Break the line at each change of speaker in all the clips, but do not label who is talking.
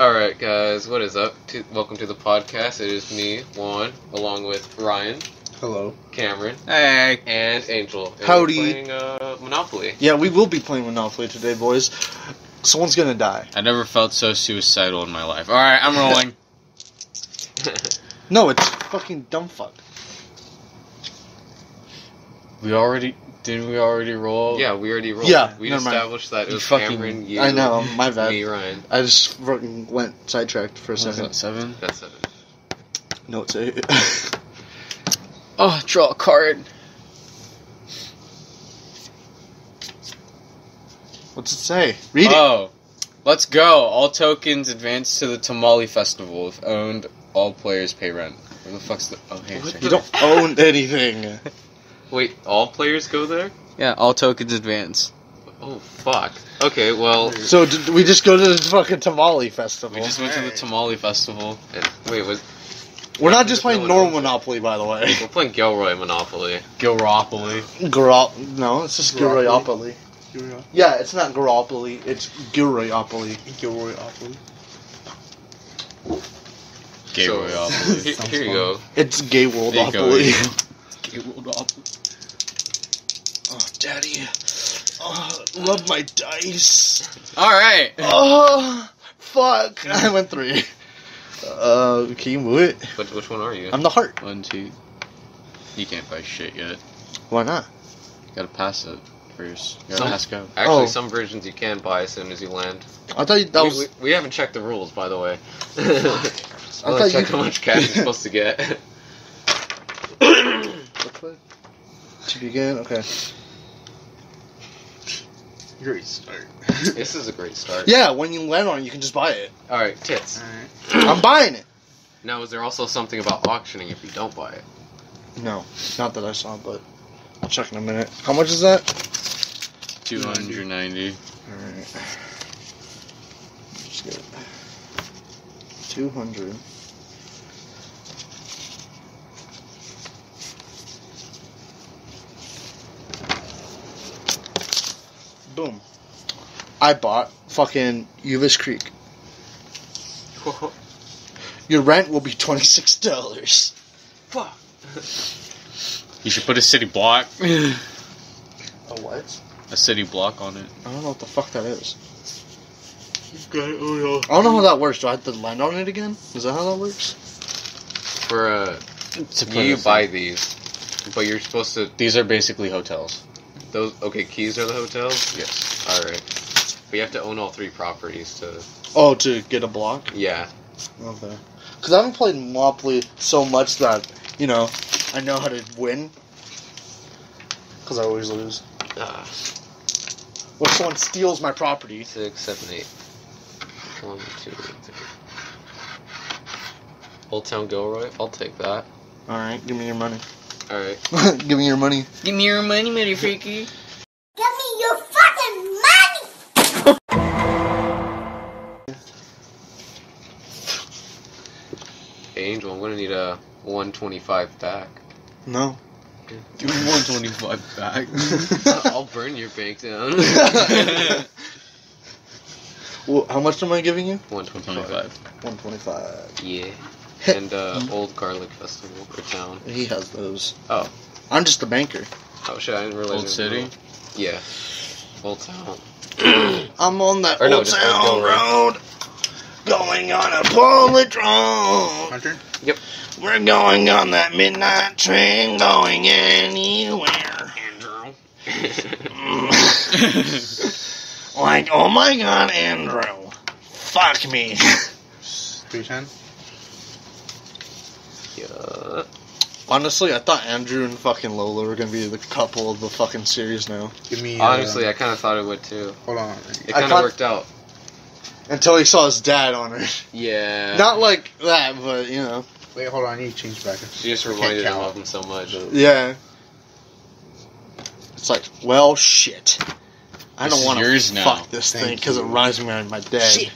All right, guys, what is up? To, welcome to the podcast. It is me, Juan, along with Ryan,
Hello.
Cameron,
Hey.
and Angel. And we're
Howdy.
Playing, uh, Monopoly.
Yeah, we will be playing Monopoly today, boys. Someone's gonna die.
I never felt so suicidal in my life. All right, I'm rolling.
No, it's fucking dumb fuck.
we already didn't we already roll?
yeah, we already rolled.
Yeah,
we
never mind.
established that it
You
was
fucking-
Cameron, you,
I know, my
me,
bad.
Ryan.
I just fucking went sidetracked for a
What was
second.
that, seven?
That's seven.
No, it's eight.
Oh, draw a card.
What's it say? Read it.
oh, let's go. All tokens advance to the Tamale Festival. If owned, all players pay rent. Where the fuck's the? Oh, here.
What
it's
You
right
don't own anything.
Wait, all players go there?
here. Yeah, all tokens advance.
Oh fuck. Okay, well,
So did we just go to the fucking tamale festival.
We just went to the Tamale Festival.
wait, was,
We're not just playing
No, no,
normal
no.
Monopoly, by the way.
we're playing Gilroy Monopoly.
Gilropoly.
Garop. No, it's just
Garopoly.
Garopoly. Yeah, it's not Garopoly. It's Garopoly.
Gilroy Opley.
So,
Gilroyopoly.
he- here you go.
It's Gay Worldopoly.
Garopoly.
Oh, daddy. Oh, love my dice.
all right.
Oh, fuck. I went three. Uh, can you move it?
Which, which one are you?
I'm the heart.
One, two. You can't buy shit yet.
Why not?
gotta pass it first. You
Some-
gotta pass go.
Actually,
oh.
some versions you can buy as soon as you land.
I thought you, that
we,
was.
we, we haven't checked the rules, by the way. I
thought
only
you-
checked how much cash you're supposed to get.
To begin, okay.
Great start.
This is a great start.
Yeah, when you land on it, you can just buy it.
All right, tits.
Alright.
I'm buying it.
Now, is there also something about auctioning if you don't buy it?
No, not that I saw, but I'll check in a minute. How much is that?
290.
Alright. Just get 200. Boom. I bought fucking Uvis Creek. Your rent will be $26.
Fuck.
You should put a city block.
A
a
what?
city block on it.
I don't know what the fuck that is.
You've got it. Oh no.
I don't know how that works. Do I have to land on it again? Is that how that works?
For uh,
To put
you
us
buy
in.
these, but you're supposed to.
These are basically hotels.
Those okay, keys are the hotels.
Yes.
All right, but you have to own all three properties to.
Oh, to get a block?
Yeah.
Okay. Because I haven't played Monopoly so much that, you know, I know how to win. Because I always lose.
Ah,
Or someone steals my property.
six, seven, eight. One, two, three. Old Town Gilroy. I'll take that.
Alright, give me your money.
All right.
give me your money.
Give me your money, money freaky.
Give me your fucking money!
Angel, I'm gonna need a 125 back.
No.
Give me 125 back.
I'll burn your bank down.
well, how much am I giving you?
125.
125
125.
Yeah. And uh, Old Garlic Festival for town.
He has those.
Oh.
I'm just a banker.
Oh shit, I didn't realize.
Old
it was
City?
Old- Yeah. Old Town.
I'm on that
Or no,
old
just
town
Old
road. Going on a bullet road.
Hunter?
We're going on that midnight train going anywhere.
Andrew.
Like, oh my god, Andrew. Fuck me.
310?
yeah.
Honestly, I thought Andrew and fucking Lola were gonna be the couple of the fucking series now.
Give me. uh,
Honestly, I kind of thought it would too.
Hold on.
It
I
kind of
thought-
worked out.
Until he saw his dad on her.
Yeah.
Not like that, but you know.
Wait, hold on. I need to change back.
She just reminded him
count.
of him so much.
Yeah. It's like, well, shit. I
This
don't
is
want
yours
to
now.
fuck this
Thank
thing because it
you.
reminds me of my dad.
Shit.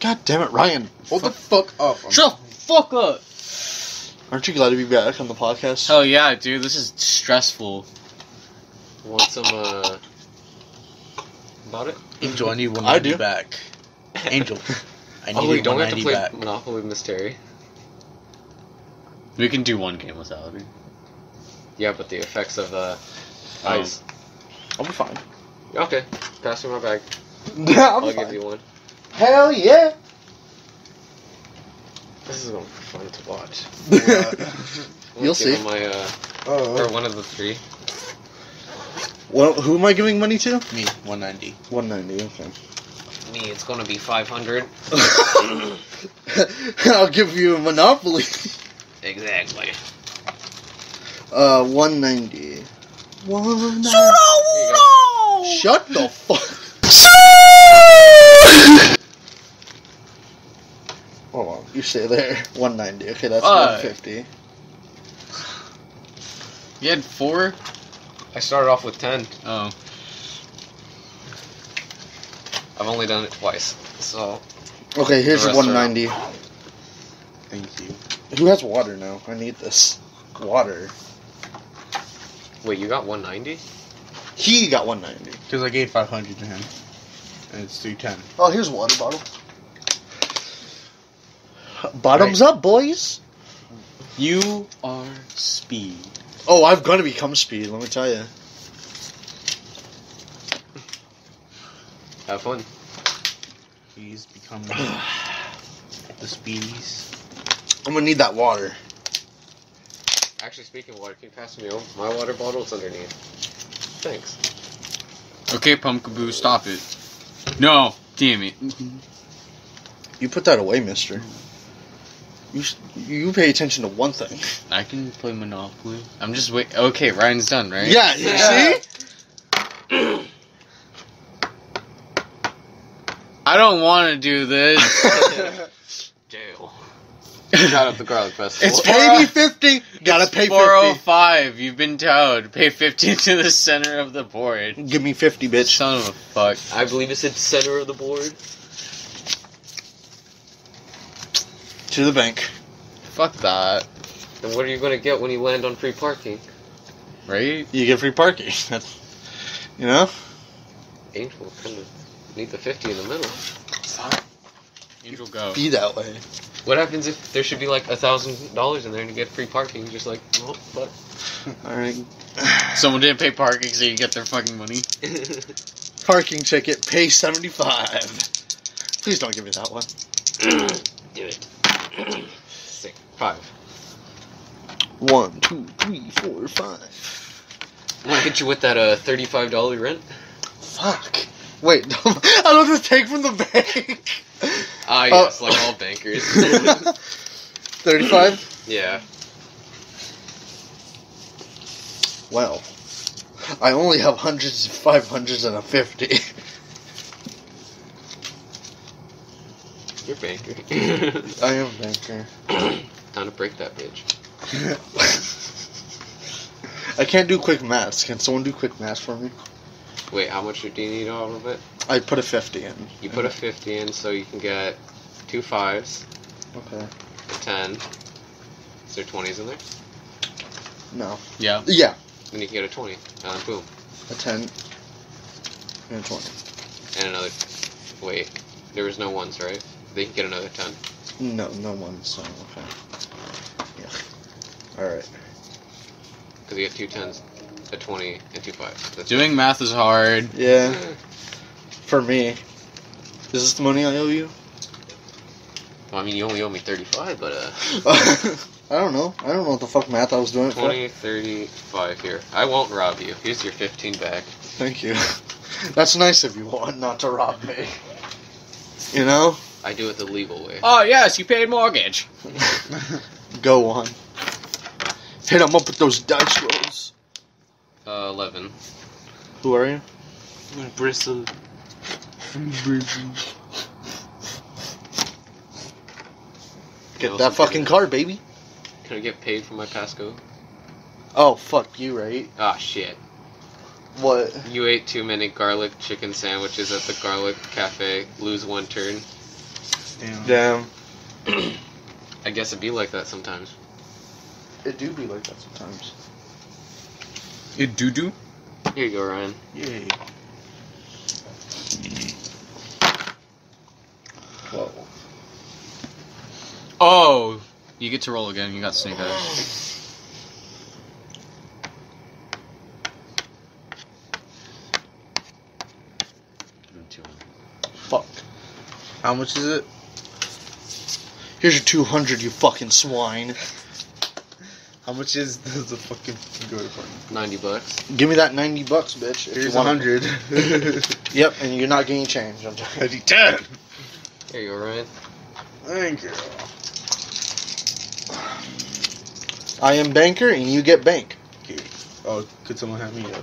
God damn it, Ryan.
Hold the fuck up. I'm-
Shut the fuck up.
Aren't you glad to be back on the podcast?
Hell yeah, dude. This is stressful.
Want some uh? About it?
Angel, I need one
I
of you
do.
back. Angel. I need
Oh, we don't have to
190
play
back.
Monopoly with Miss Terry.
We can do one game with Albie.
Yeah, but the effects of uh, the
Oh.
ice.
I'll be fine.
Oh. Okay, pass me my bag.
Yeah,
I'll
I'm
give
fine.
you one.
Hell yeah!
This is gonna be fun to watch.
Uh,
I'm gonna
You'll
give
see.
him My, uh, or
Oh,
one of the three.
Well, who am I giving money to?
me 190.
190, okay.
Me, it's gonna be 500.
I'll give you a Monopoly.
Exactly.
Uh, 190. 190. Shut the fuck. Hold on. You stay there. 190. Okay, that's
Alright.
150.
You had four?
I started off with 10.
Oh.
I've only done it twice. So,
Okay, here's
The rest are-
190.
Thank you.
Who has water now? I need this. Water.
wait, you got 190?
He got 190.
Because I gave 500 to him. And it's 310.
Oh, here's a water bottle. Bottoms up, boys.
You are speed.
Oh, I've gonna become speed. Let me tell you.
Have fun.
He's become the speedies.
I'm gonna need that water.
Actually, speaking of water, can you pass me over? My water bottle's underneath. Thanks.
Okay, Pumpkaboo, stop it. No, damn it.
You put that away, Mister. You s- you pay attention to one thing.
I can play Monopoly. I'm just wait. Okay, Ryan's done, right?
Yeah, you see.
I don't want to do this.
Jail. Shout out
it's
the Garlic Festival.
It's
pay me fifty. Gotta pay fifty.
405. You've been towed. Pay 15 to the center of the board.
Give me fifty, bitch.
Son of a fuck.
I believe it's at the center of the board.
To the bank.
Fuck that.
And what are you gonna get when you land on free parking?
Right?
You get free parking. That's, you know.
Angel kind of need the 50 in the middle.
Angel, go.
Be that way.
What happens if there should be like a thousand dollars in there and you get free parking? Just like, oh, fuck.
All right.
Someone didn't pay parking, so you get their fucking money.
Parking ticket. Pay seventy five. Please don't give me that one.
Do it. Six, five.
One, two, three, four, five.
I'm gonna hit you with that uh, thirty-five dollar rent.
Fuck. Wait. I don't have to take from the bank.
Ah,
Oh.
yes, like all bankers.
Thirty-five.
yeah.
Well, I only have hundreds, five hundreds, and a fifty.
You're a banker.
I am banker.
Time to break that bitch.
I can't do quick maths. Can someone do quick maths for me?
Wait, how much do you need all of it?
I put a fifty in.
You put a fifty in, so you can get two fives,
Okay.
a ten. Is there twenties in there?
No.
Yeah.
Yeah,
Then you can get a twenty. Uh, boom,
a ten and a twenty.
and another. Wait, there was no ones, right? They can get another ten.
No, no one. So okay. Yeah. All right.
Because you get two tens, a twenty, and two fives. That's
Doing math is hard.
Yeah. For me, is this the money I owe you?
Well, I mean, you only owe me thirty-five, but uh,
I don't know. I don't know what the fuck math I was doing. it For.
twenty, thirty-five here. I won't rob you. Here's your fifteen back.
Thank you. That's nice of you, Juan, not to rob me. You know?
I do it the legal way.
Oh, yes, you paid mortgage.
Go on. Hit him up with those dice rolls.
Uh, Eleven.
Who are you?
I'm gonna bristle.
Get that fucking car, baby.
Can I get paid for my Pasco?
Oh, fuck you, right?
Ah, shit.
What?
You ate too many garlic chicken sandwiches at the Garlic Cafe. Lose one turn.
Damn.
Damn.
I guess it'd be like that sometimes.
It do be like that sometimes.
It doo doo?
Here you go, Ryan.
Yay.
Whoa.
Oh, you get to roll again. You got sneak eyes.
Fuck.
How much is it?
Here's your 200, you fucking swine.
How much is the, the fucking go to party?
Ninety bucks.
Give me that 90 bucks, bitch. if you
Here's a
want it.
hundred.
Yep, and you're not getting change. I'm
I need ten.
Here you go, Ryan.
Thank you.
I am banker, and you get bank.
Oh, could someone have me? Uh,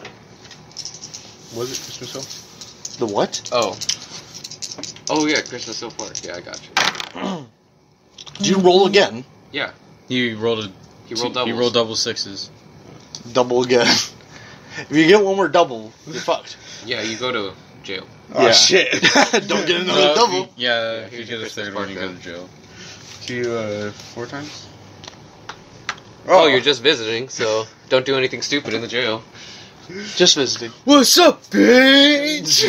was it Christmas Hill?
The what?
Oh. Oh yeah, Christmas Hill Park. Yeah, I got you.
Do you roll again?
You rolled a.
He rolled
You
doubles.
rolled double sixes.
Double again. if you get one more double, you're fucked.
Yeah, you go to jail.
Oh
Yeah.
shit!
Don't get another
Uh,
double.
if you- yeah, if
Yeah,
you
here's
get
your
a
Christmas
third one,
card
you go to
then.
jail.
Two, uh, four times.
Oh, you're just visiting, so don't do anything stupid in the jail.
Just visiting.
What's up, bitch?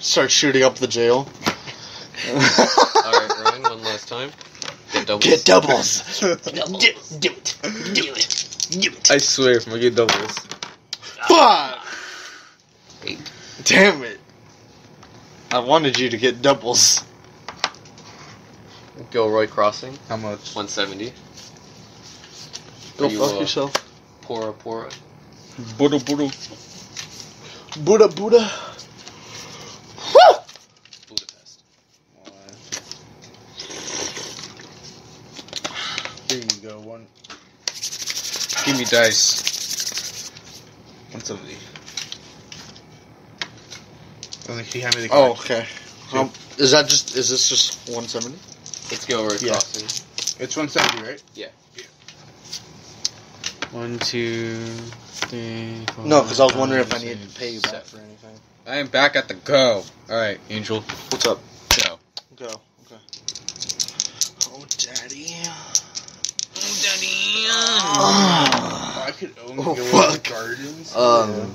Start shooting up the jail.
All right, Ryan, one last time. Get doubles.
Get doubles.
just.
do, do it. Do it. Do it.
I swear, if I get doubles.
Fuck!
Eight.
Damn it. I wanted you to get doubles.
Gilroy Crossing,
How much?
170.
Go
You,
fuck
uh,
yourself.
Pora Pora.
Boodle boodle.
Buddha Buddha. Woo!
Budapest.
There you go. One.
Give me dice.
One seventy. I think he handed me the
Oh,
card.
okay. Um, is that just, is this just 170?
It's Gilroy
Yeah.
Crossing.
it's one seventy, right?
One, two, three.
Oh,
Four,
No, because I was wondering if
five,
I needed
six,
to pay you
seven.
back for anything.
I am back at the go. All right, Angel.
What's up?
Go.
Go. Okay. Oh, daddy.
I could own
Oh,
Gilroy
fuck.
Gardens.
Um,
Yeah.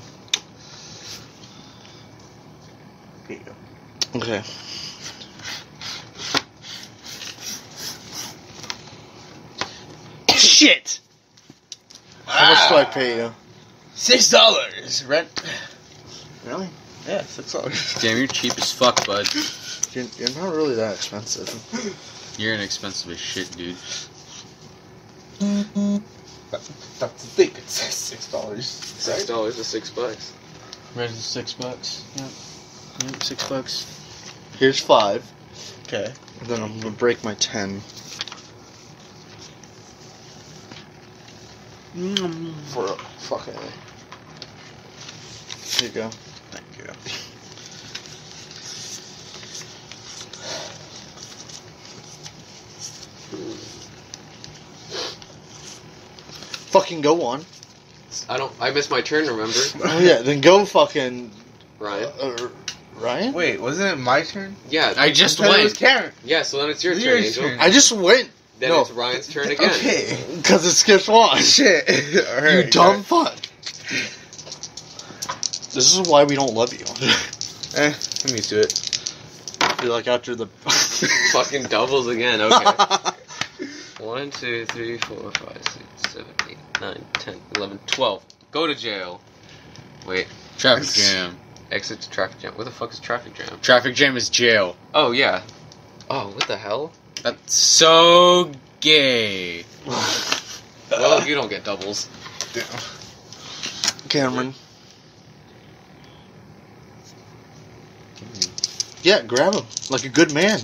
Here you go.
okay.
Shit.
How much do I pay you?
Six dollars rent.
Really?
Yeah, six dollars.
Damn, you're cheap as fuck, bud.
You're, you're not really that expensive.
You're inexpensive as shit, dude.
That's the thing. It says six dollars.
Six dollars is six bucks.
Rent is six bucks. Yep. Yep, six bucks.
Here's five.
Okay.
and Then I'm gonna break my ten. For a fucking. Here you go.
Thank you.
Fucking go on.
I don't. I missed my turn. Remember,
Oh yeah, then go fucking.
Ryan?
Uh, Ryan?
Wait, wasn't it my turn?
Yeah.
I just
It was
went.
Karen.
yeah. So then it's your
It's
turn,
your
Angel.
turn.
I just went
Then
No.
it's Ryan's turn again.
Okay.
because it skips one.
Shit. All right.
you dumb fuck. This is why we don't love you.
Eh, I'm used to it.
You're like after the.
Fucking doubles again. Okay. One, two, three, four, five, six, seven, eight, nine, ten, eleven, twelve. Go to jail. Wait.
Traffic jam.
Exit to traffic jam. Where the fuck is traffic jam?
Traffic jam is jail.
Oh yeah. Oh, what the hell?
That's so gay.
Well, you don't get doubles.
Damn.
Cameron. Yeah, grab him like a good man.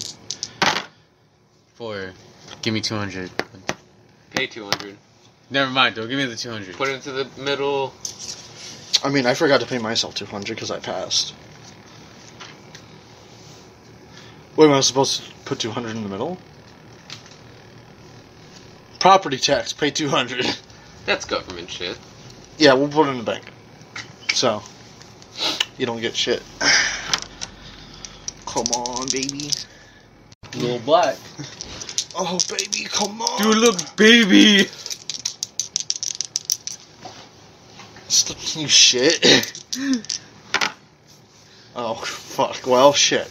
Four. Give me two hundred.
Pay two hundred.
Never mind. Don't give me the two hundred.
Put it into the middle.
I mean, I forgot to pay myself 200 because I passed. Wait, am I supposed to put 200 in the middle? Property tax, pay 200.
That's government shit.
Yeah, we'll put it in the bank. So, you don't get shit. Come on, baby.
Little black.
Oh, baby, come on.
Dude, look, baby.
Stop you shit. oh, fuck. Well, shit.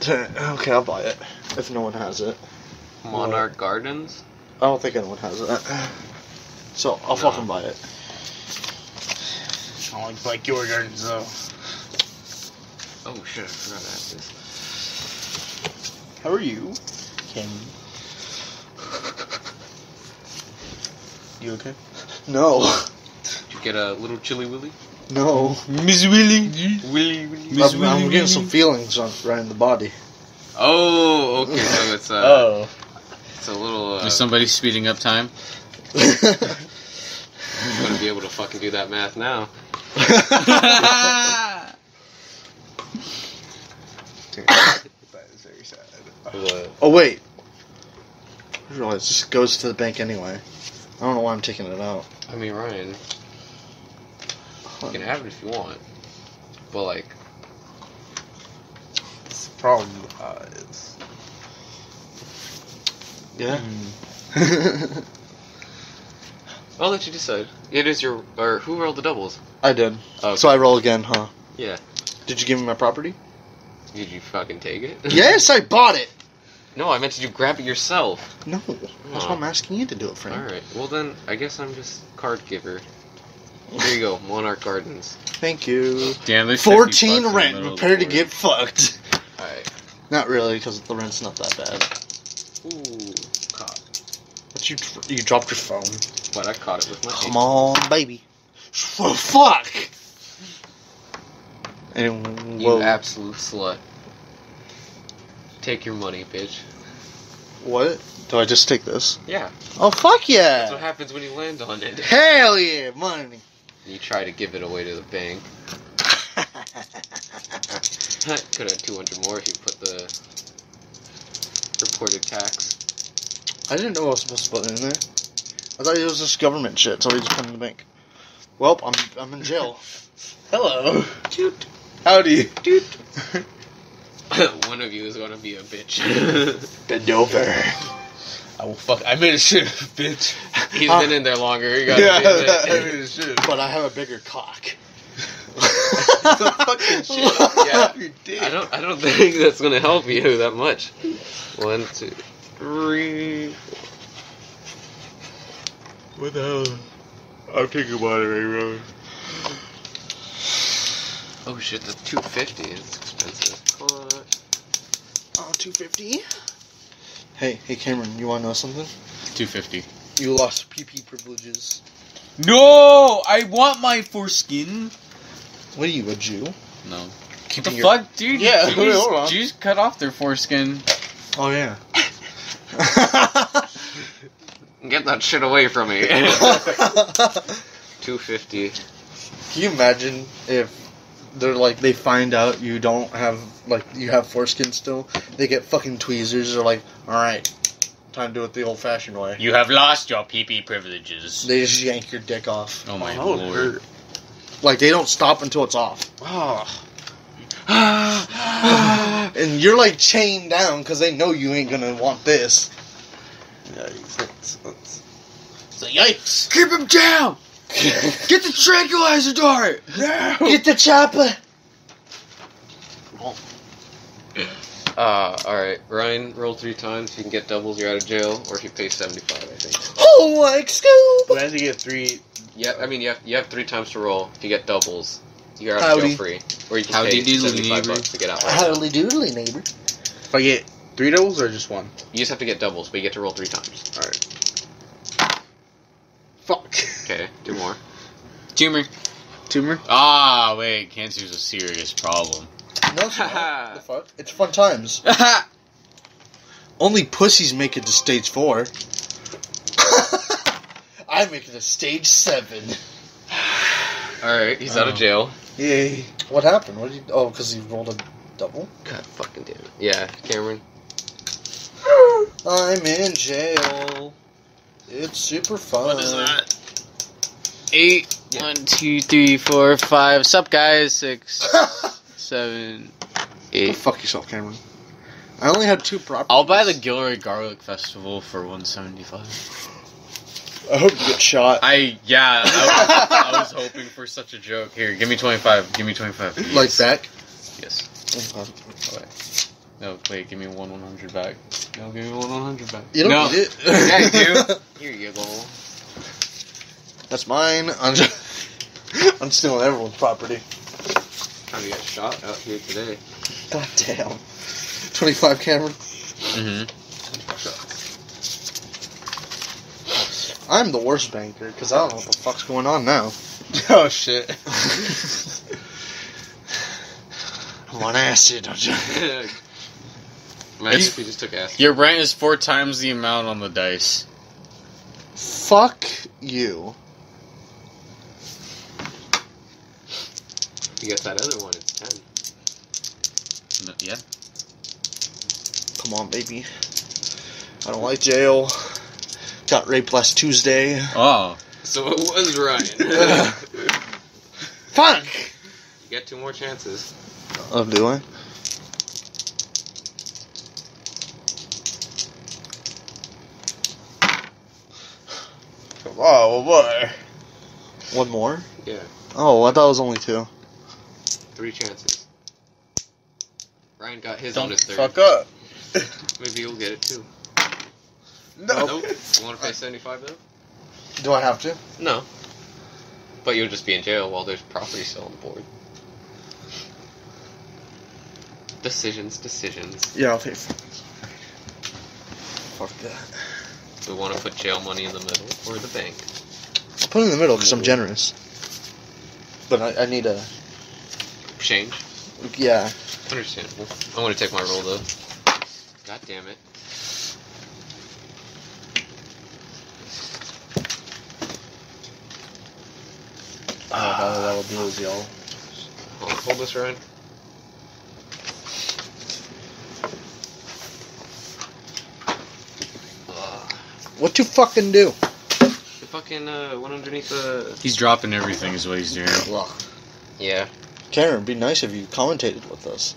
Ten. Okay, I'll buy it if no one has it.
Monarch Gardens.
I don't think anyone has it. So I'll
No.
fucking buy it.
I don't like, like your gardens though.
Oh shit, I forgot to add this.
How are you?
Kim.
You okay?
No.
Did you get a little chili willy?
No.
Miss Willie.
Willy willy.
I'm, I'm getting some feelings on right in the body.
Oh, okay. So it's a uh,
Oh.
it's a little. Uh,
Is somebody speeding up time?
I'm gonna be able to fucking do that math now.
That is very sad.
oh wait. I just realized this goes to the bank anyway. I don't know why I'm taking it out.
I mean, Ryan, you can have it if you want, but like,
It's the problem uh, is
Yeah. Mm.
I'll let you decide. It is your or who rolled the doubles?
I did.
Oh,
So I roll again, huh?
Yeah.
Did you give me my property?
did you fucking take it?
yes, I bought it.
No, I meant did you grab it yourself?
No. That's why I'm asking you to do it,
All
Frank.
right. Well then, I guess I'm just card giver. Here you go, Monarch Gardens.
Thank you.
Damn, there's
14 rent. Prepare to get fucked.
All right.
Not really, because the rent's not that bad.
Ooh, caught.
But you dr- you dropped your phone.
But I caught it with my.
Come on, baby. Oh, fuck. And
You
whoa,
absolute slut. Take your money, bitch.
what? Do I just take this?
Yeah.
Oh
That's
fuck
what
yeah!
happens when you land on it.
Hell yeah, money.
You try to give it away to the bank. Could have 200 more if you put the reported tax.
I didn't know I was supposed to put it in there. I thought it was just government shit, so we just put it in the bank. Welp, I'm I'm in jail. Hello.
Toot.
Howdy.
One of you is gonna be a bitch.
Bend over.
I will fuck. I made a shit, bitch.
He's
Huh.
been in there longer. You gotta
Ah. Yeah,
be in
that-
there.
I mean,
a shit.
But I have a bigger cock.
fucking shit.
Yeah. I don't. I don't think that's gonna help you that much. One, two, three.
What the hell? I'm thinking about it right now.
Oh shit, that's two fifty. It's expensive. Caught.
Oh, 250. Hey, hey Cameron, you wanna know something?
250.
You lost PP privileges.
No! I want my foreskin.
What are you, a Jew?
No.
Keep
The fuck, dude?
Yeah, wait,
Jews,
hold on.
Jews cut off their foreskin.
Oh yeah.
Get that shit away from me. two fifty.
Can you imagine if they're like they find out you don't have like you have foreskin still? They get fucking tweezers. They're like, all right, time to do it the old-fashioned way.
You have lost your PP privileges.
They just yank your dick off.
Oh my
that would
lord.
hurt.
Like they don't stop until it's off,
Ah.
and you're like chained down because they know you ain't gonna want this.
Yikes. That's, that's...
So yikes!
Keep him down! Get the tranquilizer dart!
Get the chopper.
Uh, alright. Ryan, roll three times. If you can get doubles, you're out of jail. Or if you pay 75, I think.
Oh, like scoop.
We have to get three.
Yeah, I mean, you have, you have three times to roll. If you get doubles, you're out of
Howdy.
jail free. Or you can
Howdy
pay
doodly,
75
neighbor.
bucks to get out.
Howdy doodly, neighbor.
If I get three doubles or just one?
You just have to get doubles, but you get to roll three times.
Alright. Fuck.
Okay, do more.
Tumor.
Tumor?
Ah, wait, cancer's a serious problem.
No, it's not. The fuck? It's fun times. Only pussies make it to stage four. I make it to stage seven.
Alright, he's out of
Oh.
jail.
Yay.
What happened? What did you? Oh, because he rolled a double.
God fucking damn it. Yeah, Cameron.
I'm in jail. It's super fun.
Eight, one, two, three, four, five. Sup, guys? Six, seven,
Go
eight.
fuck yourself, Cameron. I only had two properties.
I'll buy the Gilroy Garlic Festival for one seventy five.
I hope you get shot.
I yeah, I was, I was hoping for such a joke. Here, give me twenty five. Give me twenty five.
Like back.
Yes.
Okay.
That No, wait, give me one 100 back. No, give me one 100 back.
You don't
no.
need it.
Yeah, you do. Here you go.
That's mine. I'm, just, I'm stealing everyone's property.
Trying to get shot out here today.
God damn. 25 camera.
Mm-hmm.
I'm the worst banker because I don't know what the fuck's going on now.
Oh, shit.
I'm on acid. I'm just-
Imagine if we just took acid.
Your rent is four times the amount on the dice.
Fuck you.
You got that other one, it's 10.
No, yeah?
Come on, baby. I don't like jail. Got raped last Tuesday.
Oh.
So it was Ryan.
Fuck!
you got two more chances.
Oh, do I?
Oh, boy.
One more?
Yeah,
Oh, I thought it was only two.
three chances. Ryan got his on
Don't
his third.
fuck up.
Maybe you'll get it too.
No.
Nope. You want to pay 75 though?
Do I have to?
No. But you'll just be in jail while there's property still on the board. Decisions, decisions.
Yeah, I'll pay for it. Fuck that.
We want to put jail money in the middle or the bank.
I'll put it in the middle because I'm generous. But I, I need a.
Change.
Yeah.
Understandable. I want to take my roll though. God damn it.
that would be his y'all.
Hold, hold this, Ryan. Ugh.
What you fucking do?
The fucking uh, one underneath the.
He's dropping everything, is what he's doing.
Yeah.
Karen, it'd be nice if you commentated with us.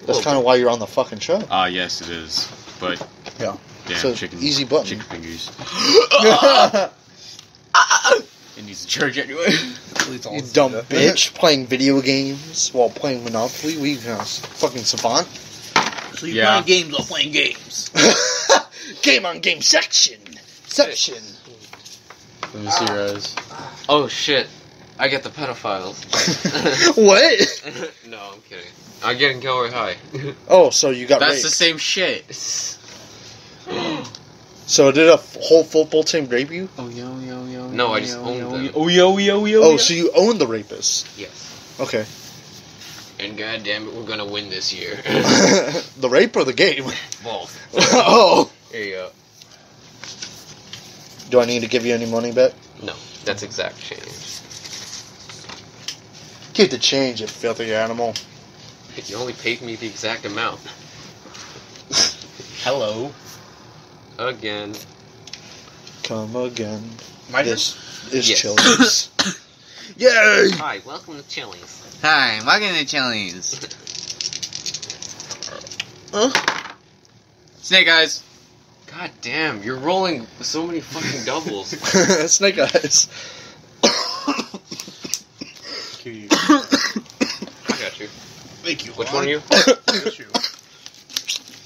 That's
Well,
kind of why you're on the fucking show.
Ah, yes, it is. But.
Yeah.
Damn,
So,
chicken.
easy button.
Chicken fingers.
you
It needs a charge anyway.
dumb bitch playing video games while playing Monopoly. We uh, fucking savant.
So you
Yeah.
playing games while playing games.
game on game section. Section.
Let me see your eyes.
Oh shit. I get the pedophiles.
what?
no, I'm kidding. I get in Gilroy High.
Oh, so you got
That's
raped.
the same shit.
so did a f- whole football team rape you?
Oh yo yo yo.
No, I just owned them.
Oh yo yo yo.
Oh, so you own the rapist.
yes.
Okay.
And goddamn it, we're gonna win this year.
the rape or the game?
Both.
oh.
Here you go.
Do I need to give you any money back?
No, that's exact change.
Get the change, you filthy animal.
You only paid me the exact amount.
Hello.
Again.
Come again.
My
This is
Yes.
children's.
Yay!
Hi, welcome to Chili's.
Hi, welcome to challenge. Snake eyes.
God damn, you're rolling so many fucking doubles.
Snake eyes.
I got you.
Thank you.
Which one are you?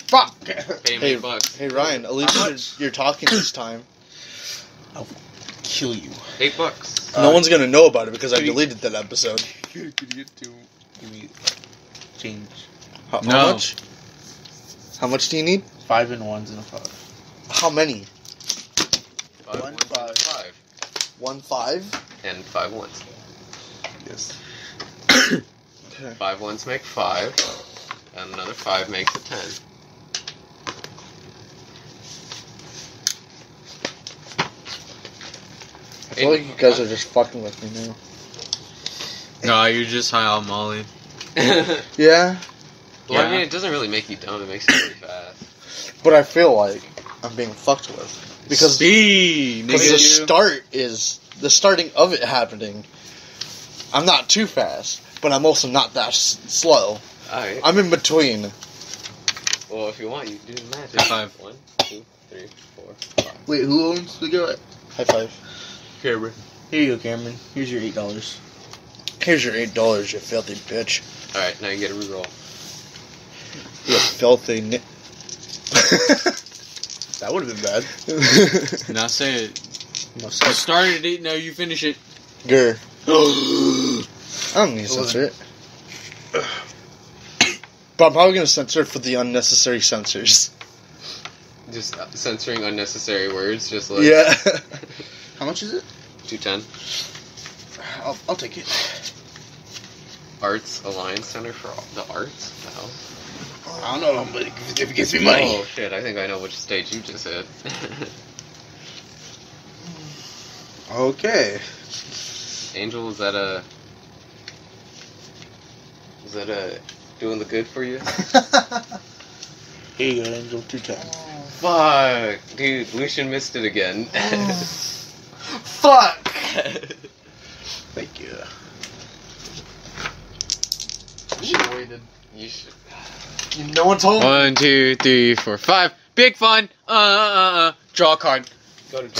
Fuck.
Pay me
Hey.
bucks.
Hey Ryan, at least you're, you're talking this time.
Kill you.
Eight bucks.
no
Uh,
one's gonna know about it because I
can you-
deleted that episode.
Could you do give me change?
How, how
No.
much? How much do you need?
Five and ones and a five.
How many?
Five
One
ones and
five.
five.
One five.
And five ones.
Yes.
Five ones make five. And another five makes a ten.
I feel like you guys are just fucking with me now.
No, you're just high on Molly.
well,
Yeah,
I mean, it doesn't really make you dumb. It makes you really fast.
but I feel like I'm being fucked with because
B,
Because the
nigga.
start is the starting of it happening. I'm not too fast, but I'm also not that s- slow.
Alright.
I'm in between.
Well, if you want, you can do the math.
High five.
One, two, three, four.
Wait, who owns the guy?
High five.
Cameron.
Here you go, Cameron. Here's your eight dollars.
Here's your eight dollars, you filthy bitch.
Alright, now you get a reroll.
You filthy. Ni-
That would have been bad.
Now say it. You started it, now you finish it.
Grr. I don't need to censor it. But I'm probably gonna censor it for the unnecessary censors.
Just uh, censoring unnecessary words, just like
yeah.
How much is it?
210.
I'll, I'll take it.
Arts Alliance Center for the Arts? The hell?
I don't know, but if it gives me money.
Oh shit, I think I know which stage you just hit.
Okay.
Angel, is that a. Is that a. doing the good for you?
Here you go, Angel. Two ten.
Fuck! Dude, Lucian missed it again.
Fuck. Thank you.
you waited. You should.
no one told
One, two, three, four, five. Big fun. Uh, uh, uh. Draw a card.
Go to.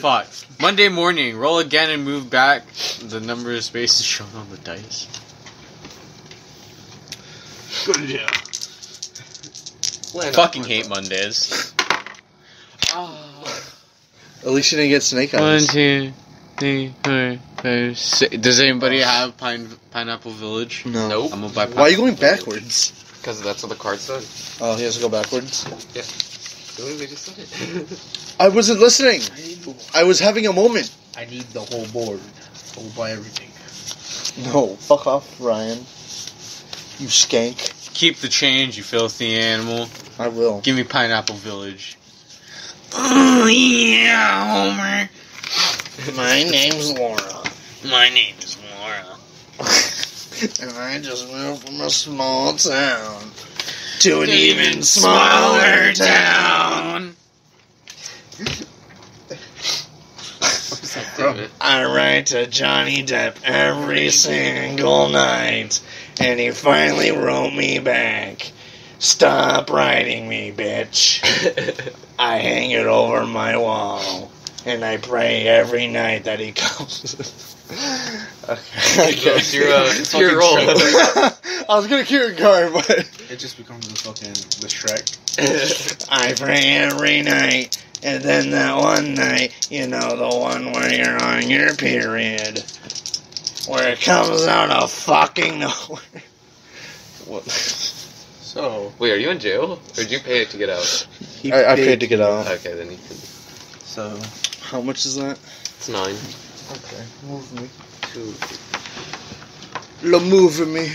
Fuck. Monday morning. Roll again and move back the number of spaces shown on the dice.
Go to jail.
Land
Fucking
on
hate Mondays.
At least you didn't get snake
One,
eyes.
two, three, four, five, six. Does anybody have pine pineapple village?
No.
Nope.
I'm gonna buy.
Why are you
pineapple
going
village.
backwards?
Because that's what the card said.
Oh, he has to go backwards.
They literally just said it.
I wasn't listening.
I need, the-
I was having a moment.
I need the whole board. I will buy everything.
No, fuck off, Ryan. You skank.
Keep the change, you filthy animal.
I will.
Give me Pineapple Village. Oh, yeah, Homer.
My name's Laura,
My name is Laura.
and I just moved from a small town to an
Even smaller town.
Damn it.
I write to uh, Johnny Depp every single night, and he finally wrote me back. Stop writing me, bitch. I hang it over my wall, and I pray every night that he comes. okay.
So it's your, uh, it's your
Fucking
roll.
I was gonna cue a card, but
It just becomes the fucking the Shrek.
I pray every night, and then that one night, you know, the one where you're on your period, where it comes out of fucking nowhere. What?
So
Wait, are you in jail? Or did you pay it to get out?
he
I, I paid to get out.
Okay, then you can.
So
How much is that?
It's nine.
Okay, move me.
Two.
La moving me.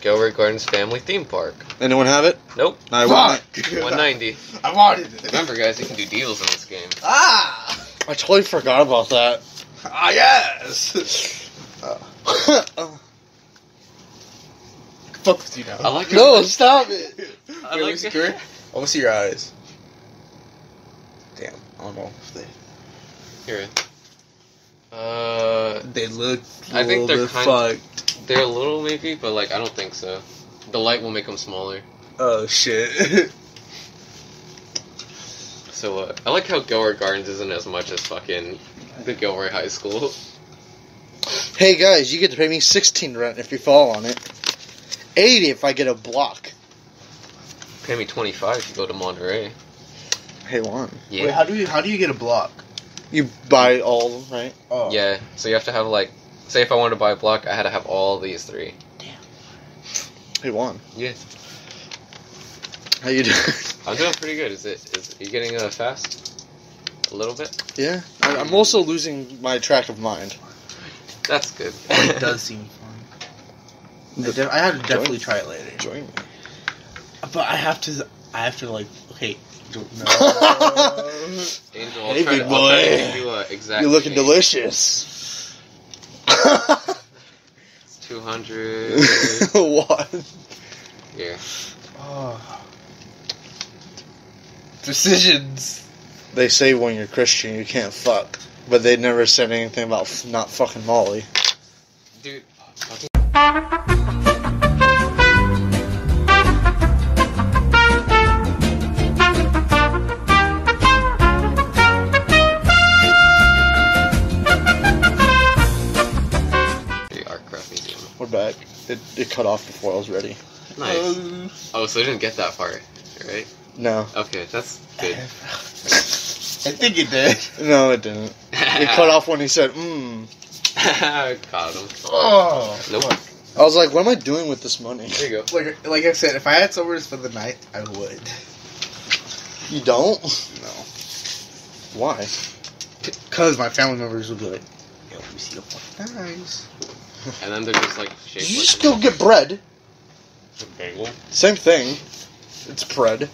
Gilbert Gardens Family Theme Park.
Anyone have it?
Nope.
I
Fuck!
190.
I wanted it.
Remember, guys, you can do deals in this game.
Ah!
I totally forgot about that.
Ah yes!
Uh, Fuck
you
I like
No, stop it.
I like
Wait, where's the career? I want to see your eyes. Damn, I don't know if they
Here. Uh,
they look.
I think they're kind
fucked.
they're a little maybe, but like I don't think so. The light will make them smaller.
Oh shit!
So uh, I like how Gilroy Gardens isn't as much as fucking the Gilroy High School.
Hey guys, you get to pay me 16 rent if you fall on it. 80 if I get a block.
Pay me twenty five if you go to Monterey.
Hey Juan.
Yeah.
Wait, how do you how do you get a block?
You buy all of them, right?
Oh
Yeah, so you have to have like, say if I wanted to buy a block, I had to have all these three.
Hey Juan.
Yeah.
How you doing?
I'm doing pretty good. Is it? Is are you getting uh, fast? A little bit.
yeah. I, I'm also losing my track of mind.
That's good.
it does seem fun. I, def- I have to definitely try it later.
Join me.
But I have to I have to like okay. don't- No.
You're
Angel, I'll
Hey,
try to, I'll
big
try to
boy.
give you, uh, exact
looking
shape.
delicious.
Two hundred.
what?
Here.
oh. Decisions.
They say when you're Christian you can't fuck, but they never said anything about f- not fucking Molly.
Dude. They are crappy. dude.
We're back. It, it cut off before I was ready.
Nice.
Um,
Oh, so I didn't get that far, right?
No.
Okay, that's good.
I think it did.
No, it didn't. It cut off when he said, mmm.
Got him.
Oh.
Nope.
I was like, what am I doing with this money?
There you go.
Like, like I said, if I had somewhere for the night, I would.
You don't?
No.
Why?
Because my family members would be like, yo, we see a fucking nice.
And then they're just like
You
shaped like
just go get bread.
a bagel.
Same thing. It's bread.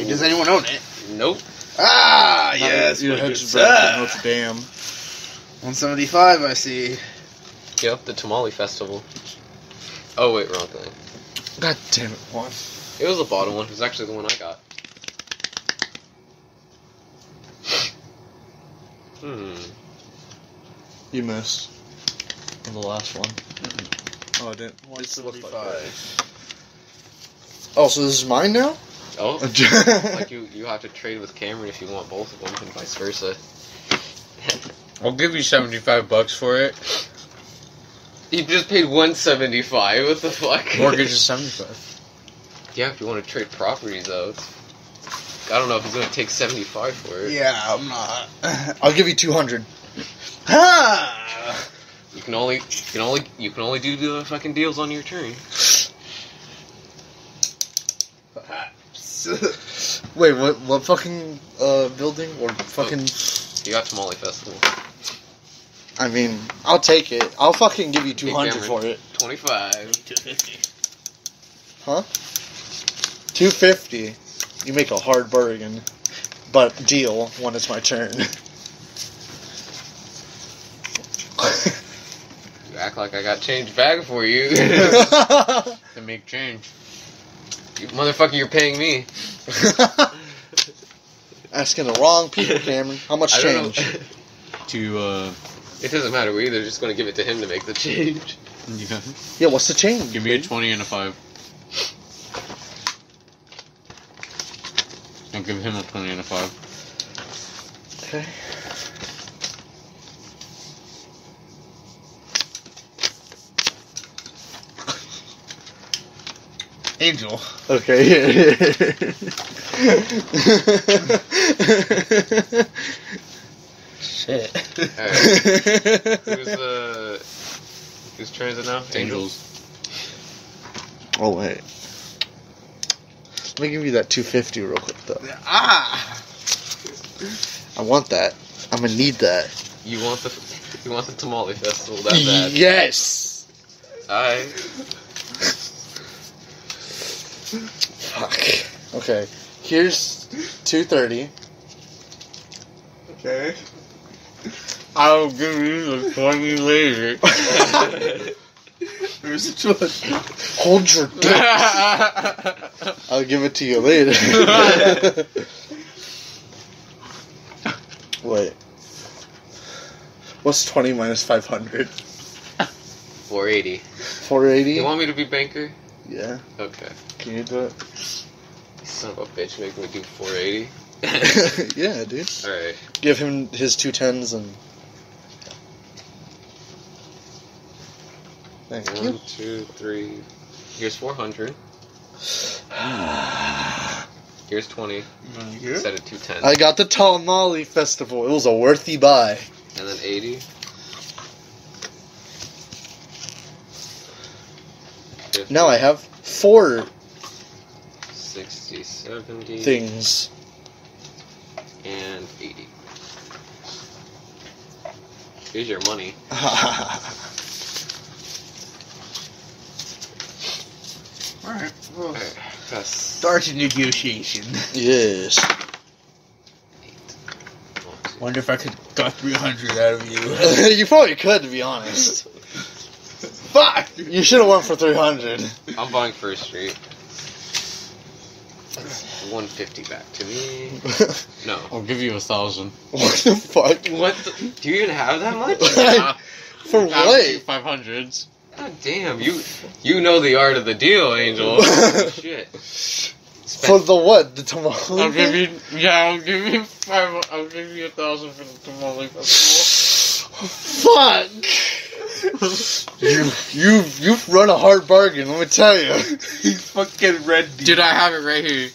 Like, does anyone own it?
Nope.
Ah, yes.
Your
we do,
head's
sir.
bread from Notre Dame.
175, I see.
Yep, the tamale festival. Oh wait, wrong thing.
God damn it, Juan.
It was the bottom one. It was actually the one I got. Hmm.
You missed. On the last one. Oh, I didn't. This looks like bread. Oh, so this is mine now?
Oh, like you, you have to trade with Cameron if you want both of them, and vice versa.
I'll give you 75 bucks for it.
You just paid one seventy five. What the fuck?
Mortgage is 75.
Yeah, if you want to trade properties though, it's, I don't know if he's gonna take seventy five for it.
Yeah, I'm not.
I'll give you 200.
ah!
You can only, you can only, you can only do the fucking deals on your turn.
Perhaps.
Wait, what What fucking uh, building? Or fucking.
You got tamale festival.
I mean, I'll take it. I'll fucking give you 200
Cameron.
for it.
Twenty five.
250. You make a hard bargain. But deal when it's my turn.
You act like I got change back for you.
To make change.
You motherfucker, you're paying me.
Asking the wrong people, Cameron. How much
I don't know.
change?
To, uh,
It doesn't matter. We're either just gonna give it to him to make the change.
yeah.
Yeah, what's the change?
Give me a 20 and a 5. I'll give him a 20 and a 5.
Okay.
Angel.
Okay.
Shit.
All right. Who's uh, who's transit now?
Angels.
oh wait. Let me give you that 250 real quick though.
ah!
I want that. I'm gonna need that.
You want the, you want the tamale festival that bad?
Yes.
Alright.
Fuck. Okay. Here's 230.
Okay.
I'll give you the 20 later.
There's a choice.
Hold your. dick. I'll give it to you later. wait. What's 20 minus 500?
480.
480.
You want me to be banker?
Yeah.
Okay.
Can you do
Son of a bitch, make me do 480.
it? yeah, dude.
Alright.
Give him his two tens and. Thank
One, two, three. Here's 400.
you.
Here's 20. Set it 210.
I got the Tamale Festival. It was a worthy buy.
And then 80.
Now I have four
60, 70,
things.
and 80. Here's your money.
Alright. Well,
Alright, that's
start a negotiation.
yes.
Wonder if I could got 300 out of you.
you probably could, to be honest.
Fuck!
You should have went for 300.
I'm buying First Street. That's 150 back to me.
what
No.
I'll give you a thousand.
the fuck?
What? The, do you even have that much?
For what?
Five hundreds.
God damn, you you know the art of the deal, Angel. Shit.
For
Spend,
the what? The
I'll
tamale?
give
thing?
you. Yeah, I'll give you five. I'll give you a thousand for the tamale festival.
Fuck! You you you've run a hard bargain. Let me tell you.
He fucking red D.
Dude, I have it right here.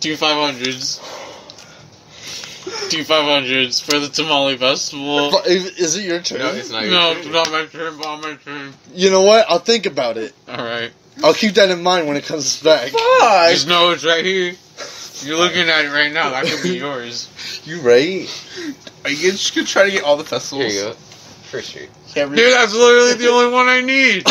Two 500s. Two 500s for the Tamale Festival.
But is is it your turn?
No, it's not your
No.
turn. it's not my turn, not my turn.
You know what? I'll think about it.
Alright.
I'll keep that in mind when it comes back.
Just know it's right here. You're looking at it right now. That could be yours.
You right?
Are you just gonna try to get all the
Here
festivals?
you go. For sure.
Can't
Dude, that's literally the only one I need.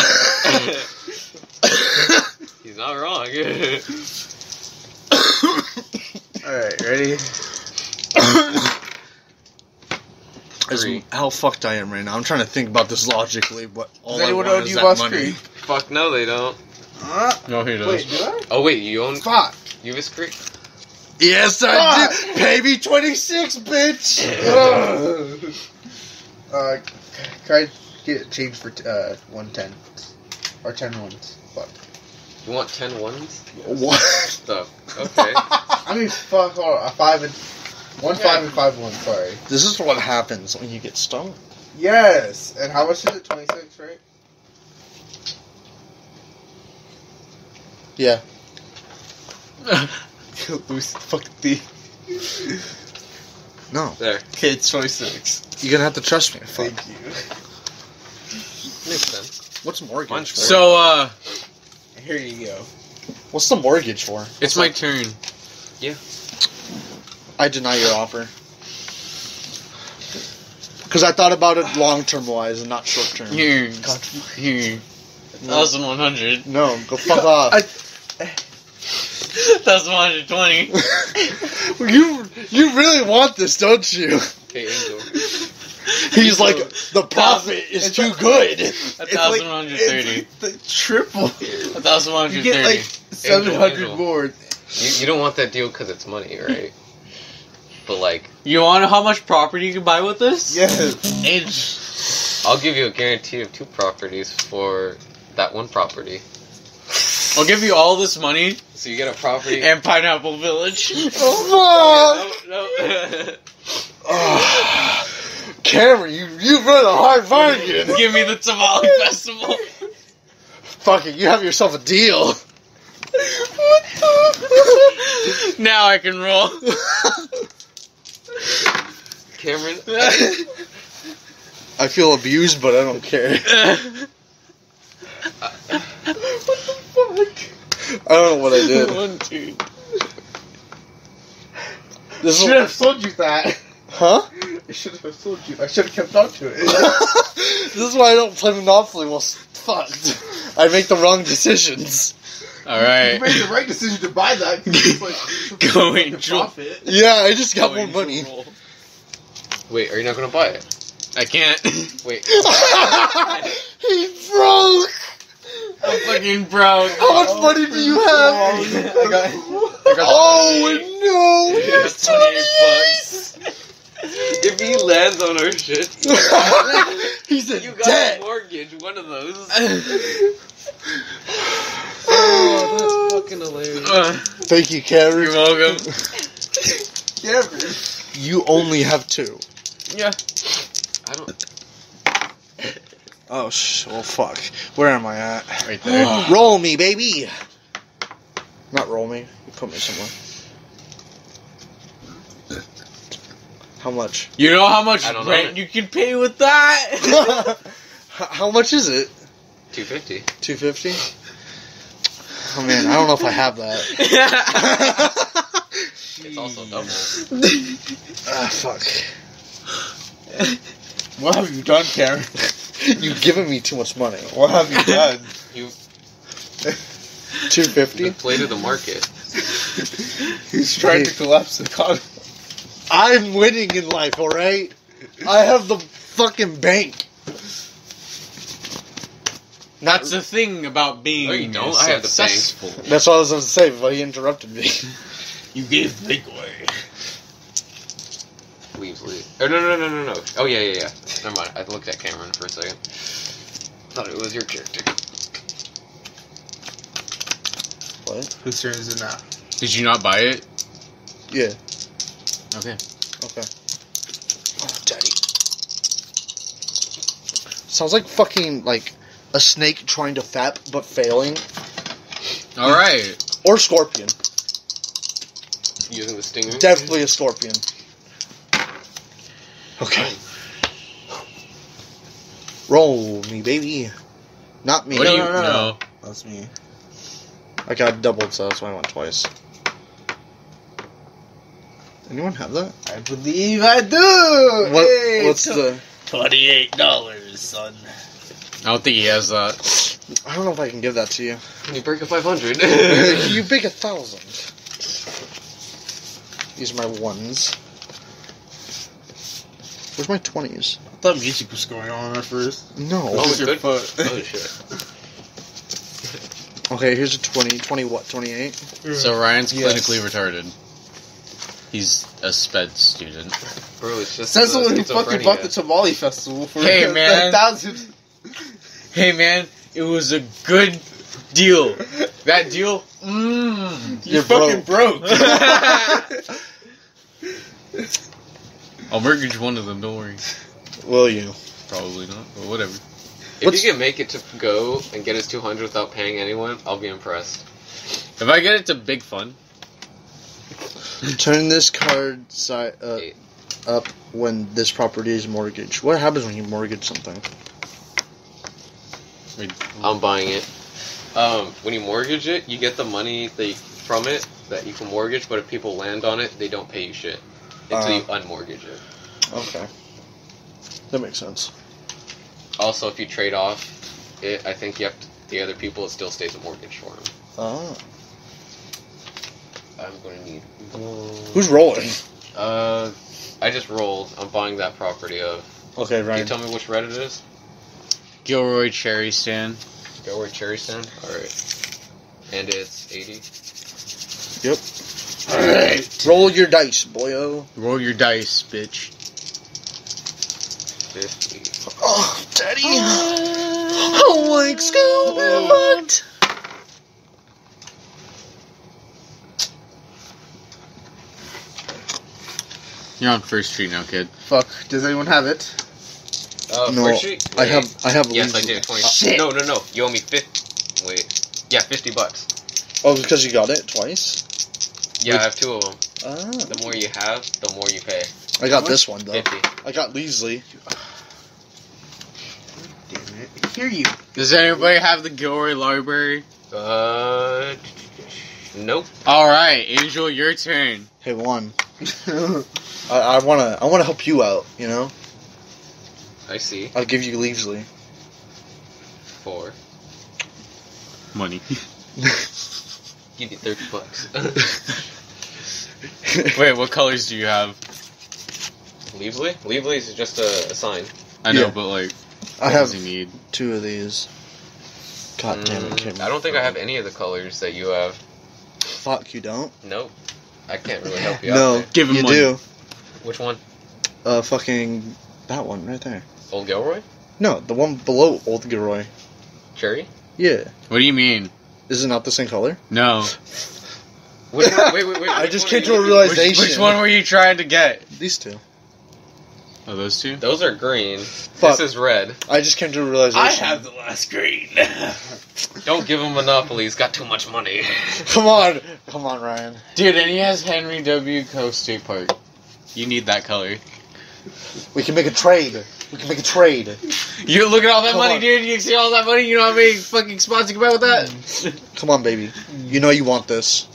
He's not wrong.
Alright, ready?
As-
Three.
how fucked I am right now. I'm trying to think about this logically, but all
Does anyone
I want
own
is
you
that
Lost
money.
Creek?
Fuck no, they don't.
Huh?
No, he does.
Uh, Wait, did I?
Oh wait, you own
Fuck.
you have a script?
Yes, I do. Pay me 26, bitch.
Ugh. uh, can I get change for uh one ten or ten ones? Fuck.
You want ten ones?
What?
Stuff. Okay.
I mean, fuck. Hold on, a five and one
Yeah.
five and five one. Sorry.
This is what happens when you get stoned.
Yes. And how much is it? Twenty six, right?
Yeah.
Lose fuck D.
No,
there.
Okay, it's twenty six.
you're gonna have to trust me. Fuck.
Thank you.
Makes sense.
What's mortgage?
Mine's
for?
So uh
Here you go.
what's the mortgage for?
it's my turn.
I deny your offer. Because I thought about it long term wise and not short term.
Here. Here. Thousand one hundred.
No, go fuck off.
Thousand one hundred twenty.
you you really want this, don't you?
Hey Angel.
He's like the profit is too good.
A thousand one hundred thirty.
It's like the triple.
A thousand one
You
hundred
get like
thirty.
seven hundred
Angel.
more.
You, you don't want that deal because it's money, right? But like,
You want how much property you can buy with this?
Yes.
I'll give you a guarantee of two properties for that one property.
I'll give you all this money
So you get a property.
and Pineapple Village.
no,
Oh,
no.
Cameron, you you run a hard bargain.
give me the tamale festival.
Fuck it, you have yourself a deal.
now I can roll. Cameron,
I feel abused, but I don't care. I don't know what I did.
one, two.
This
Should
is,
have sold you that.
huh?
I should have sold you. I should have kept on to it.
this is why I don't play Monopoly. Well, s- fucked. I make the wrong decisions.
All
You made
right.
the right decision to buy that. 'cause It's like
Go,
fucking
Angel.
profit.
Yeah, I just got
Oh,
more money.
Wait, are you not gonna buy it?
I can't.
Wait.
he broke.
I'm fucking broke.
How
Oh.
much money do you have?
I got-
Oh no! Here's
That's 28
twenty-eight.
If he lands on our shit,
He's in
you got a
debt.
mortgage. One of those.
Oh,
fucking hilarious.
that's- Thank you, Karen.
You're welcome.
Yeah, man.
You only have two.
I don't.
Oh sh. Well, fuck. Where am I at?
Right there.
roll me, baby. Not roll me. Put me somewhere. How much?
You know how much
I don't
rent
know.
you can pay with that?
H- How much is it?
Two fifty.
Two fifty. Oh man, I don't know if I have that.
It's also double.
ah, fuck.
What have you done, Karen?
You've given me too much money.
What have you done?
Two fifty.
You play to the market.
He's trying to collapse the economy.
I'm winning in life, all right. I have the fucking bank. Not.
That's the thing about being
No, you don't. I have the
successful.
That's all I was gonna say, but he interrupted me.
You gave the big away.
Leaves leave. Oh no no no no no. Oh yeah yeah yeah. Never mind. I looked at Cameron for a second. Thought it was your character.
What?
Whose turn is it now?
Did you not buy it?
Yeah.
Okay.
Okay. Oh, daddy. Sounds like fucking like a snake trying to fap but failing,
All right.
or scorpion.
Using the stinger.
Definitely a scorpion. Okay. Roll me, baby. Not me.
What do you
No, no, no, no.
know?
That's me. I got doubled, so that's why I went twice. Anyone have that?
I believe I do.
What,
Oh, Hey,
what's
so-
the?
Twenty-eight dollars, son.
I don't think he has that.
I don't know if I can give that to you.
You break a 500.
you big a thousand. These are my ones. Where's my twenties?
I thought music was going on at first.
No.
Oh,
This is
we
your
good?
foot.
oh shit.
Okay, here's a 20. 20 what? 28?
So Ryan's
Yes.
clinically retarded. He's a sped student.
Bro, it's just.
Says the
uh,
one who fucking bought the
schizophrenia.
tamale festival for
Hey,
a
man.
thousand.
Hey man, it was a good deal. That deal, mmm,
You're
fucking broke.
broke.
I'll mortgage one of them. Don't worry.
Will you?
Probably not, but whatever.
If
What's-
you can make it to go and get his 200 without paying anyone, I'll be impressed.
If I get it to big fun,
Turn this card side uh,
Eight.
up when this property is mortgaged. What happens when you mortgage something?
wait,
I'm buying it. Um, when you mortgage it, you get the money they from it that you can mortgage, but if people land on it, they don't pay you shit until
Uh.
you unmortgage it.
Okay. That makes sense.
Also, if you trade off it, I think you have to, the other people, it still stays a mortgage for them.
Oh.
I'm going to need.
Who's rolling?
Uh, I just rolled. I'm buying that property of.
Okay,
Can you
Ryan.
tell me which red it is?
Gilroy Cherry Stand.
Go where Cherry Sand? Alright. And it's 80.
Alright.
Roll your dice, boyo.
Roll your dice, bitch.
50.
Oh, daddy. Oh, like Scooby, what?
You're on first street now, kid.
Fuck. Does anyone have it?
Uh,
No,
first sheet?
I
Wait.
have, I have.
Yes, I
leads.
did. 20.
Shit.
No, no, no. You owe me 50. Wait. Yeah, 50 bucks.
Oh, because you got it twice.
Yeah,
Which-
I have two of them.
Ah.
The more you have, the more you pay.
I got this one though.
50.
I got Leasley.
Damn it. Hear you.
Does anybody have the Gilroy Library?
Uh. Nope.
All right, Angel, your turn.
Hey, one. I, I wanna, I wanna help you out. You know,
I see.
I'll give you Leasley.
Four.
Money.
Give me 30 bucks.
Wait, what colors do you have?
Leavely? Leavely is just a, a sign.
I know,
Yeah.
but
I
like, what
have
does he need?
two of these. God damn it,
Mm,
Kim.
I don't think I have any of the colors that you have.
Fuck, you don't.
Nope. I can't really help you out.
no,
there.
Give him
you
one.
do.
Which one?
Uh, fucking that one right there.
Old Gilroy?
No, the one below Old Gilroy.
Cherry?
Yeah,
What do you mean?
is it not the same color?
No.
Which one? Wait, wait, wait.
I
which
just
one
came
are
to a
you-
Which,
realization.
which one were you trying to get?
These two.
Oh, those two.
Those are green.
Fuck.
This is red.
I just came to a realization.
the last green.
Don't give him Monopoly. He's got too much money.
Come on, come on, Ryan.
Dude, and he has Henry W. Coast State Park. You need that color.
We can make a trade. We can make a trade.
You look at all that
Come
money,
on.
dude. You see all that money. You know how many fucking spots you can buy with that.
Come on, baby. You know you want this.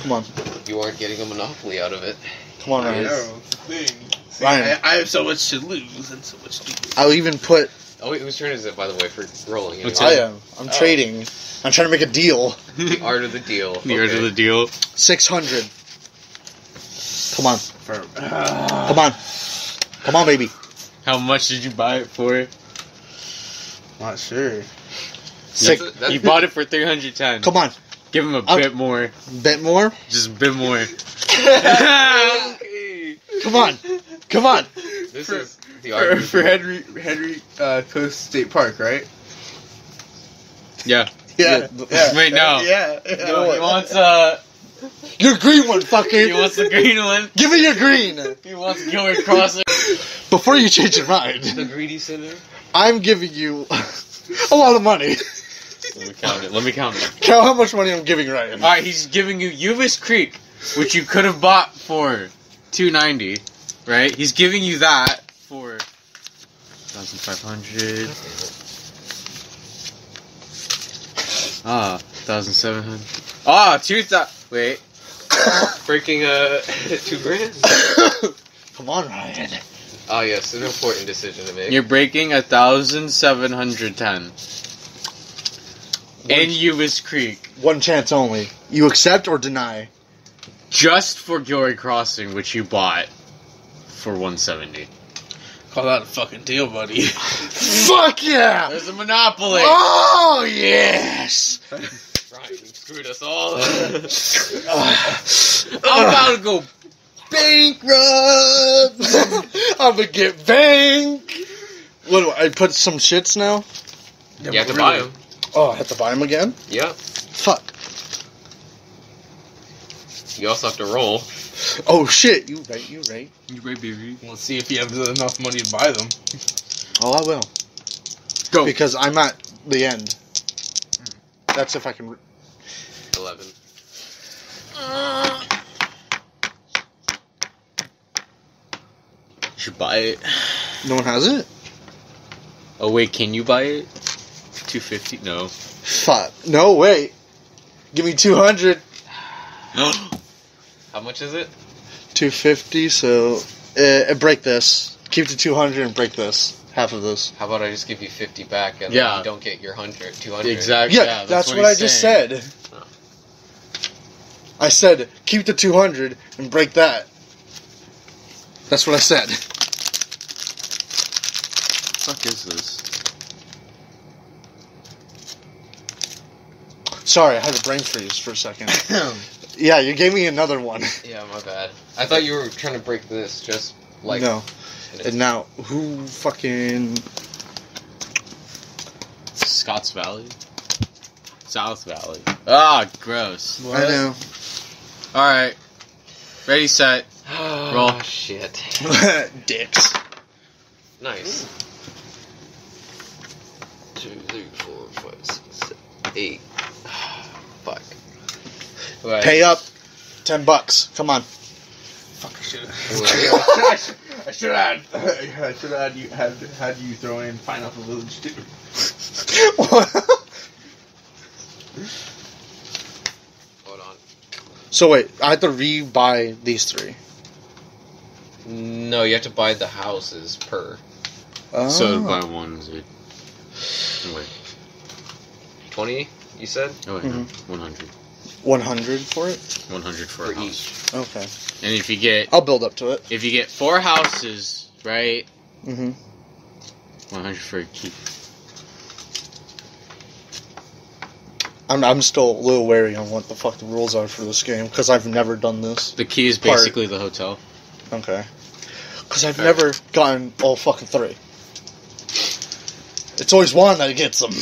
Come on,
Mm. you aren't getting a Monopoly out of it.
come on,
I
Ryan.
know. Thing. See,
Ryan.
I, I have so much to lose and so much to
I'll even put.
Oh, wait, whose turn is it, by the way, for rolling?
It's
I
Anyway?
am. I'm trading. I'm trying to make a deal.
The art of the deal.
The urge
Okay.
of the deal.
Six hundred. Come on,
confirm.
come on, come on, baby.
How much did you buy it for?
Not sure.
Six.
That's- that's-
You bought it for three hundred ten.
Come on,
Give him a
I'm-
bit more.
bet more.
Just a bit more. Ah!
Come on, come on.
This
For-
is the art
For,
of the
for
deal.
Henry Henry uh, Coast State Park, right?
yeah.
Yeah.
Yeah.
Wait, no.
Oh.
Yeah.
No, he wants uh
Your green one, fucker.
He wants the green one.
Give me your green
He wants Gilbert Crossing.
before you change your
the
mind.
greedy sinner.
I'm giving you a lot of money.
Let me count it. Let me count it.
Count how much money I'm giving Ryan.
All right, he's giving you Uvis Creek, which you could have bought for two ninety, right? He's giving you that for thousand five hundred. Ah, thousand seven hundred. Ah, two thousand. Wait,
Breaking uh two grand.
Come on, Ryan.
Ah yes, an important decision to make.
you're breaking a thousand seven hundred ten in Uvis Creek
One chance only. You accept or deny.
just for Gilroy Crossing, which you bought for one seventy.
Call that a fucking deal, buddy.
Fuck yeah!
There's a monopoly.
Oh yes!
Ryan, you screwed us all.
I'm
I'm
about to go
bankrupt. I'm gonna get bank. What do I, I put some shits now?
you have to buy them.
Oh, I have to buy them again.
Yeah.
Fuck.
You also have to roll.
Oh shit! You right? You right?
You right, baby.
Let's see if you have enough money to buy them.
Oh, I will.
Go.
Because I'm at the end. That's if I can.
Eleven.
You should buy it.
No one has it.
Oh wait, can you buy it? Two fifty? No.
Fuck. No wait. Give me 200,
How much is it?
250. So uh, uh, break this. Keep the 200 and break this. Half of this.
How about I just give you fifty back and
Yeah.
you don't get your hundred, two hundred.
exactly.
Yeah, that's, what, I just said.
Oh.
I said keep the 200 and break that. That's what I said.
The fuck is this?
Sorry, I had a brain freeze for a second. yeah, you gave me another one.
Yeah, my bad. I thought you were trying to break this just like
no.
it
And now who fucking
Scotts Valley. South Valley. Ah, gross.
I know.
All right. Ready, set.
Roll. Ah, Shit.
Dicks.
Nice. Two, three, four, five, six, seven, eight. Fuck. Right.
Pay up. Ten bucks. Come on.
Fuck, I should
Ooh.
have. I should have. I should have had you had, had you throw in Pineapple Village too.
Hold on.
so wait, I have to re-buy these three.
No, you have to buy the houses per
So
Oh.
buy one. is it- oh, Wait.
twenty. You said
Oh wait. No.
Mm-hmm.
One hundred.
100 for it?
One hundred for,
for
a house.
each.
Okay.
And if you get
I'll build up to it.
if you get four houses, right?
Mm-hmm.
One hundred for a key.
I'm, I'm still a little wary on what the fuck the rules are for this game because I've never done this.
The key is
Part.
basically the hotel.
Okay. Because I've never gotten all fucking three. It's always one that gets them.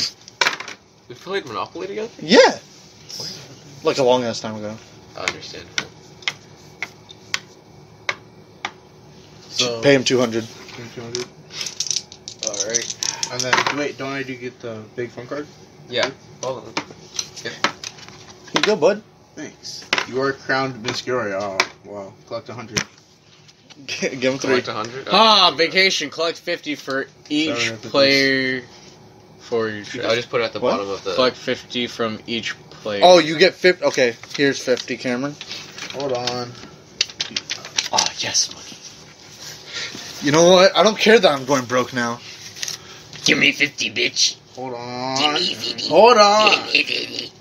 We played Monopoly together.
Yeah. Like a long ass time ago.
Understandable.
So
Pay him 200.
All right.
And then wait, don't I do get the big phone card?
Yeah. Hold on.
You go, bud.
Thanks. You are crowned Miss Gloria. Oh, wow. Collect a hundred.
Give him three.
Collect a hundred.
Ah, vacation. Collect fifty for each
Sorry, I put
player. For your trip.
I'll just put it at the
What?
bottom of the.
collect fifty from each player.
Oh, you get 50. Okay, here's 50, Cameron.
Hold on.
Ah, yes, money.
You know what? I don't care that I'm going broke now.
Give me 50, bitch.
Hold
Give
on.
me 50.
Hold on.
Give me 50.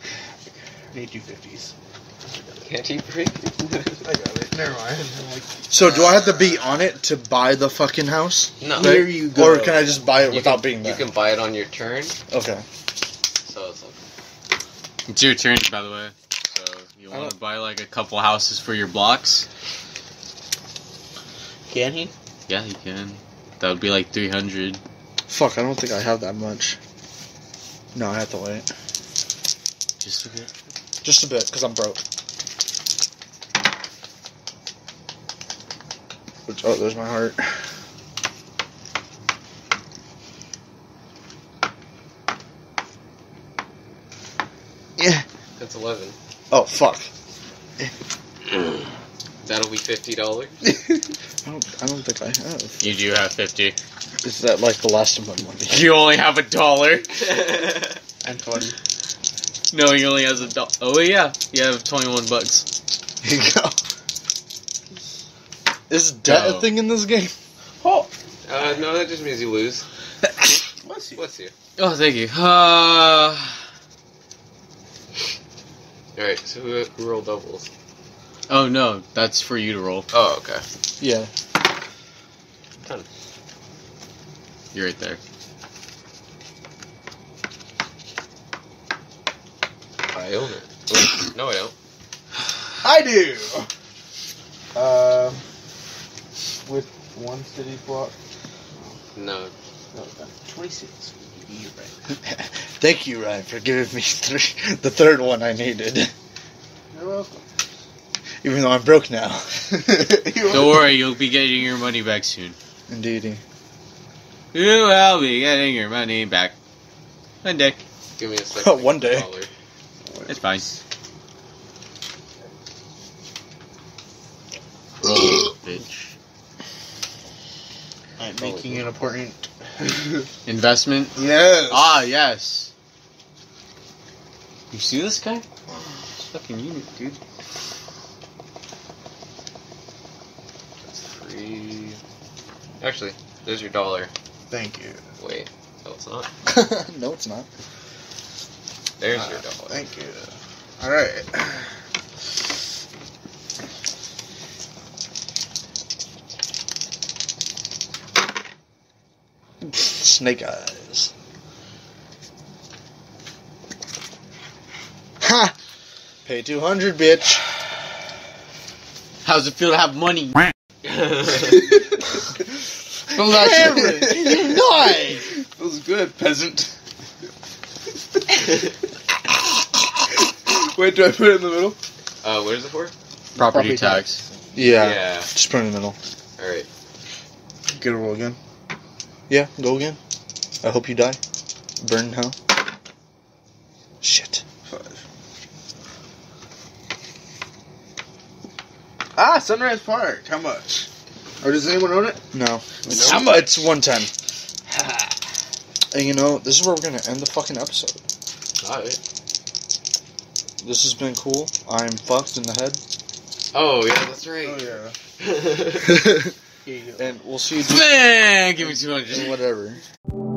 need two fifties.
Can't eat free.
I got it. Never mind. I'm like,
So do I have to be on it to buy the fucking house?
no.
Right?
Here you go.
Or can I just buy it
You can-
without being there?
You can buy it on your turn.
Okay.
So it's like
It's your turn, by the way. So you want to buy like a couple houses for your blocks?
can he?
Yeah, you can. That would be like three hundred.
Fuck, I don't think I have that much. No, I have to wait.
Just a bit.
Just a bit, because I'm broke. Which, oh, there's my heart. Yeah.
That's eleven.
Oh, fuck.
That'll be fifty dollars.
I don't, I don't think I have.
You do have fifty.
Is that like the last of my money?
You only have a dollar.
And 20.
No, he only has a dollar. Oh yeah, you have twenty-one bucks.
Here you go. Is debt
Go.
a thing in this game? Oh.
Uh, no, that just means you lose.
Bless you.
Bless you.
Oh, thank you. Uh,
All right, so who, who rolled doubles?
oh no, that's for you to roll.
Oh, okay.
Yeah.
You're right there.
I own it. Wait, no, I don't.
I do.
Uh,
Um, with one city block.
No.
Oh,
No, twenty-six. Thank you, Ryan, for giving me three, the third one I needed. You're welcome. Even though I'm broke now.
Don't worry, you'll be getting your money back soon.
Indeed.
You will be getting your money back. One day.
Give me a second.
One day.
Dollar.
It's fine. Bitch.
I'm making an important.
Investment.
yes.
Ah, yes. You see this guy? Fucking unit, dude.
That's three. Actually, there's your dollar.
Thank you.
Wait, no, it's not.
no, it's not.
There's
Ah,
your dollar.
Thank you. All right. Snake eyes. Ha! Pay two hundred, bitch.
How's it feel to have money?
Cameron, why?
Feels good, peasant.
Wait, do I put it in the middle?
uh, what is it for?
Property tax.
Yeah, just put it in the middle.
All right.
Get a roll again. Yeah, go again. I hope you die. Burn in hell. Shit. Five.
Ah, Sunrise Park. How much? Or does anyone own it?
No. It's,
How
It's
much?
one ten. And you know, this is where we're gonna end the fucking episode.
All right.
This has been cool. I'm fucked in the
Oh yeah, that's right.
yeah.
head. and we'll see you
Man, give me 200.
whatever.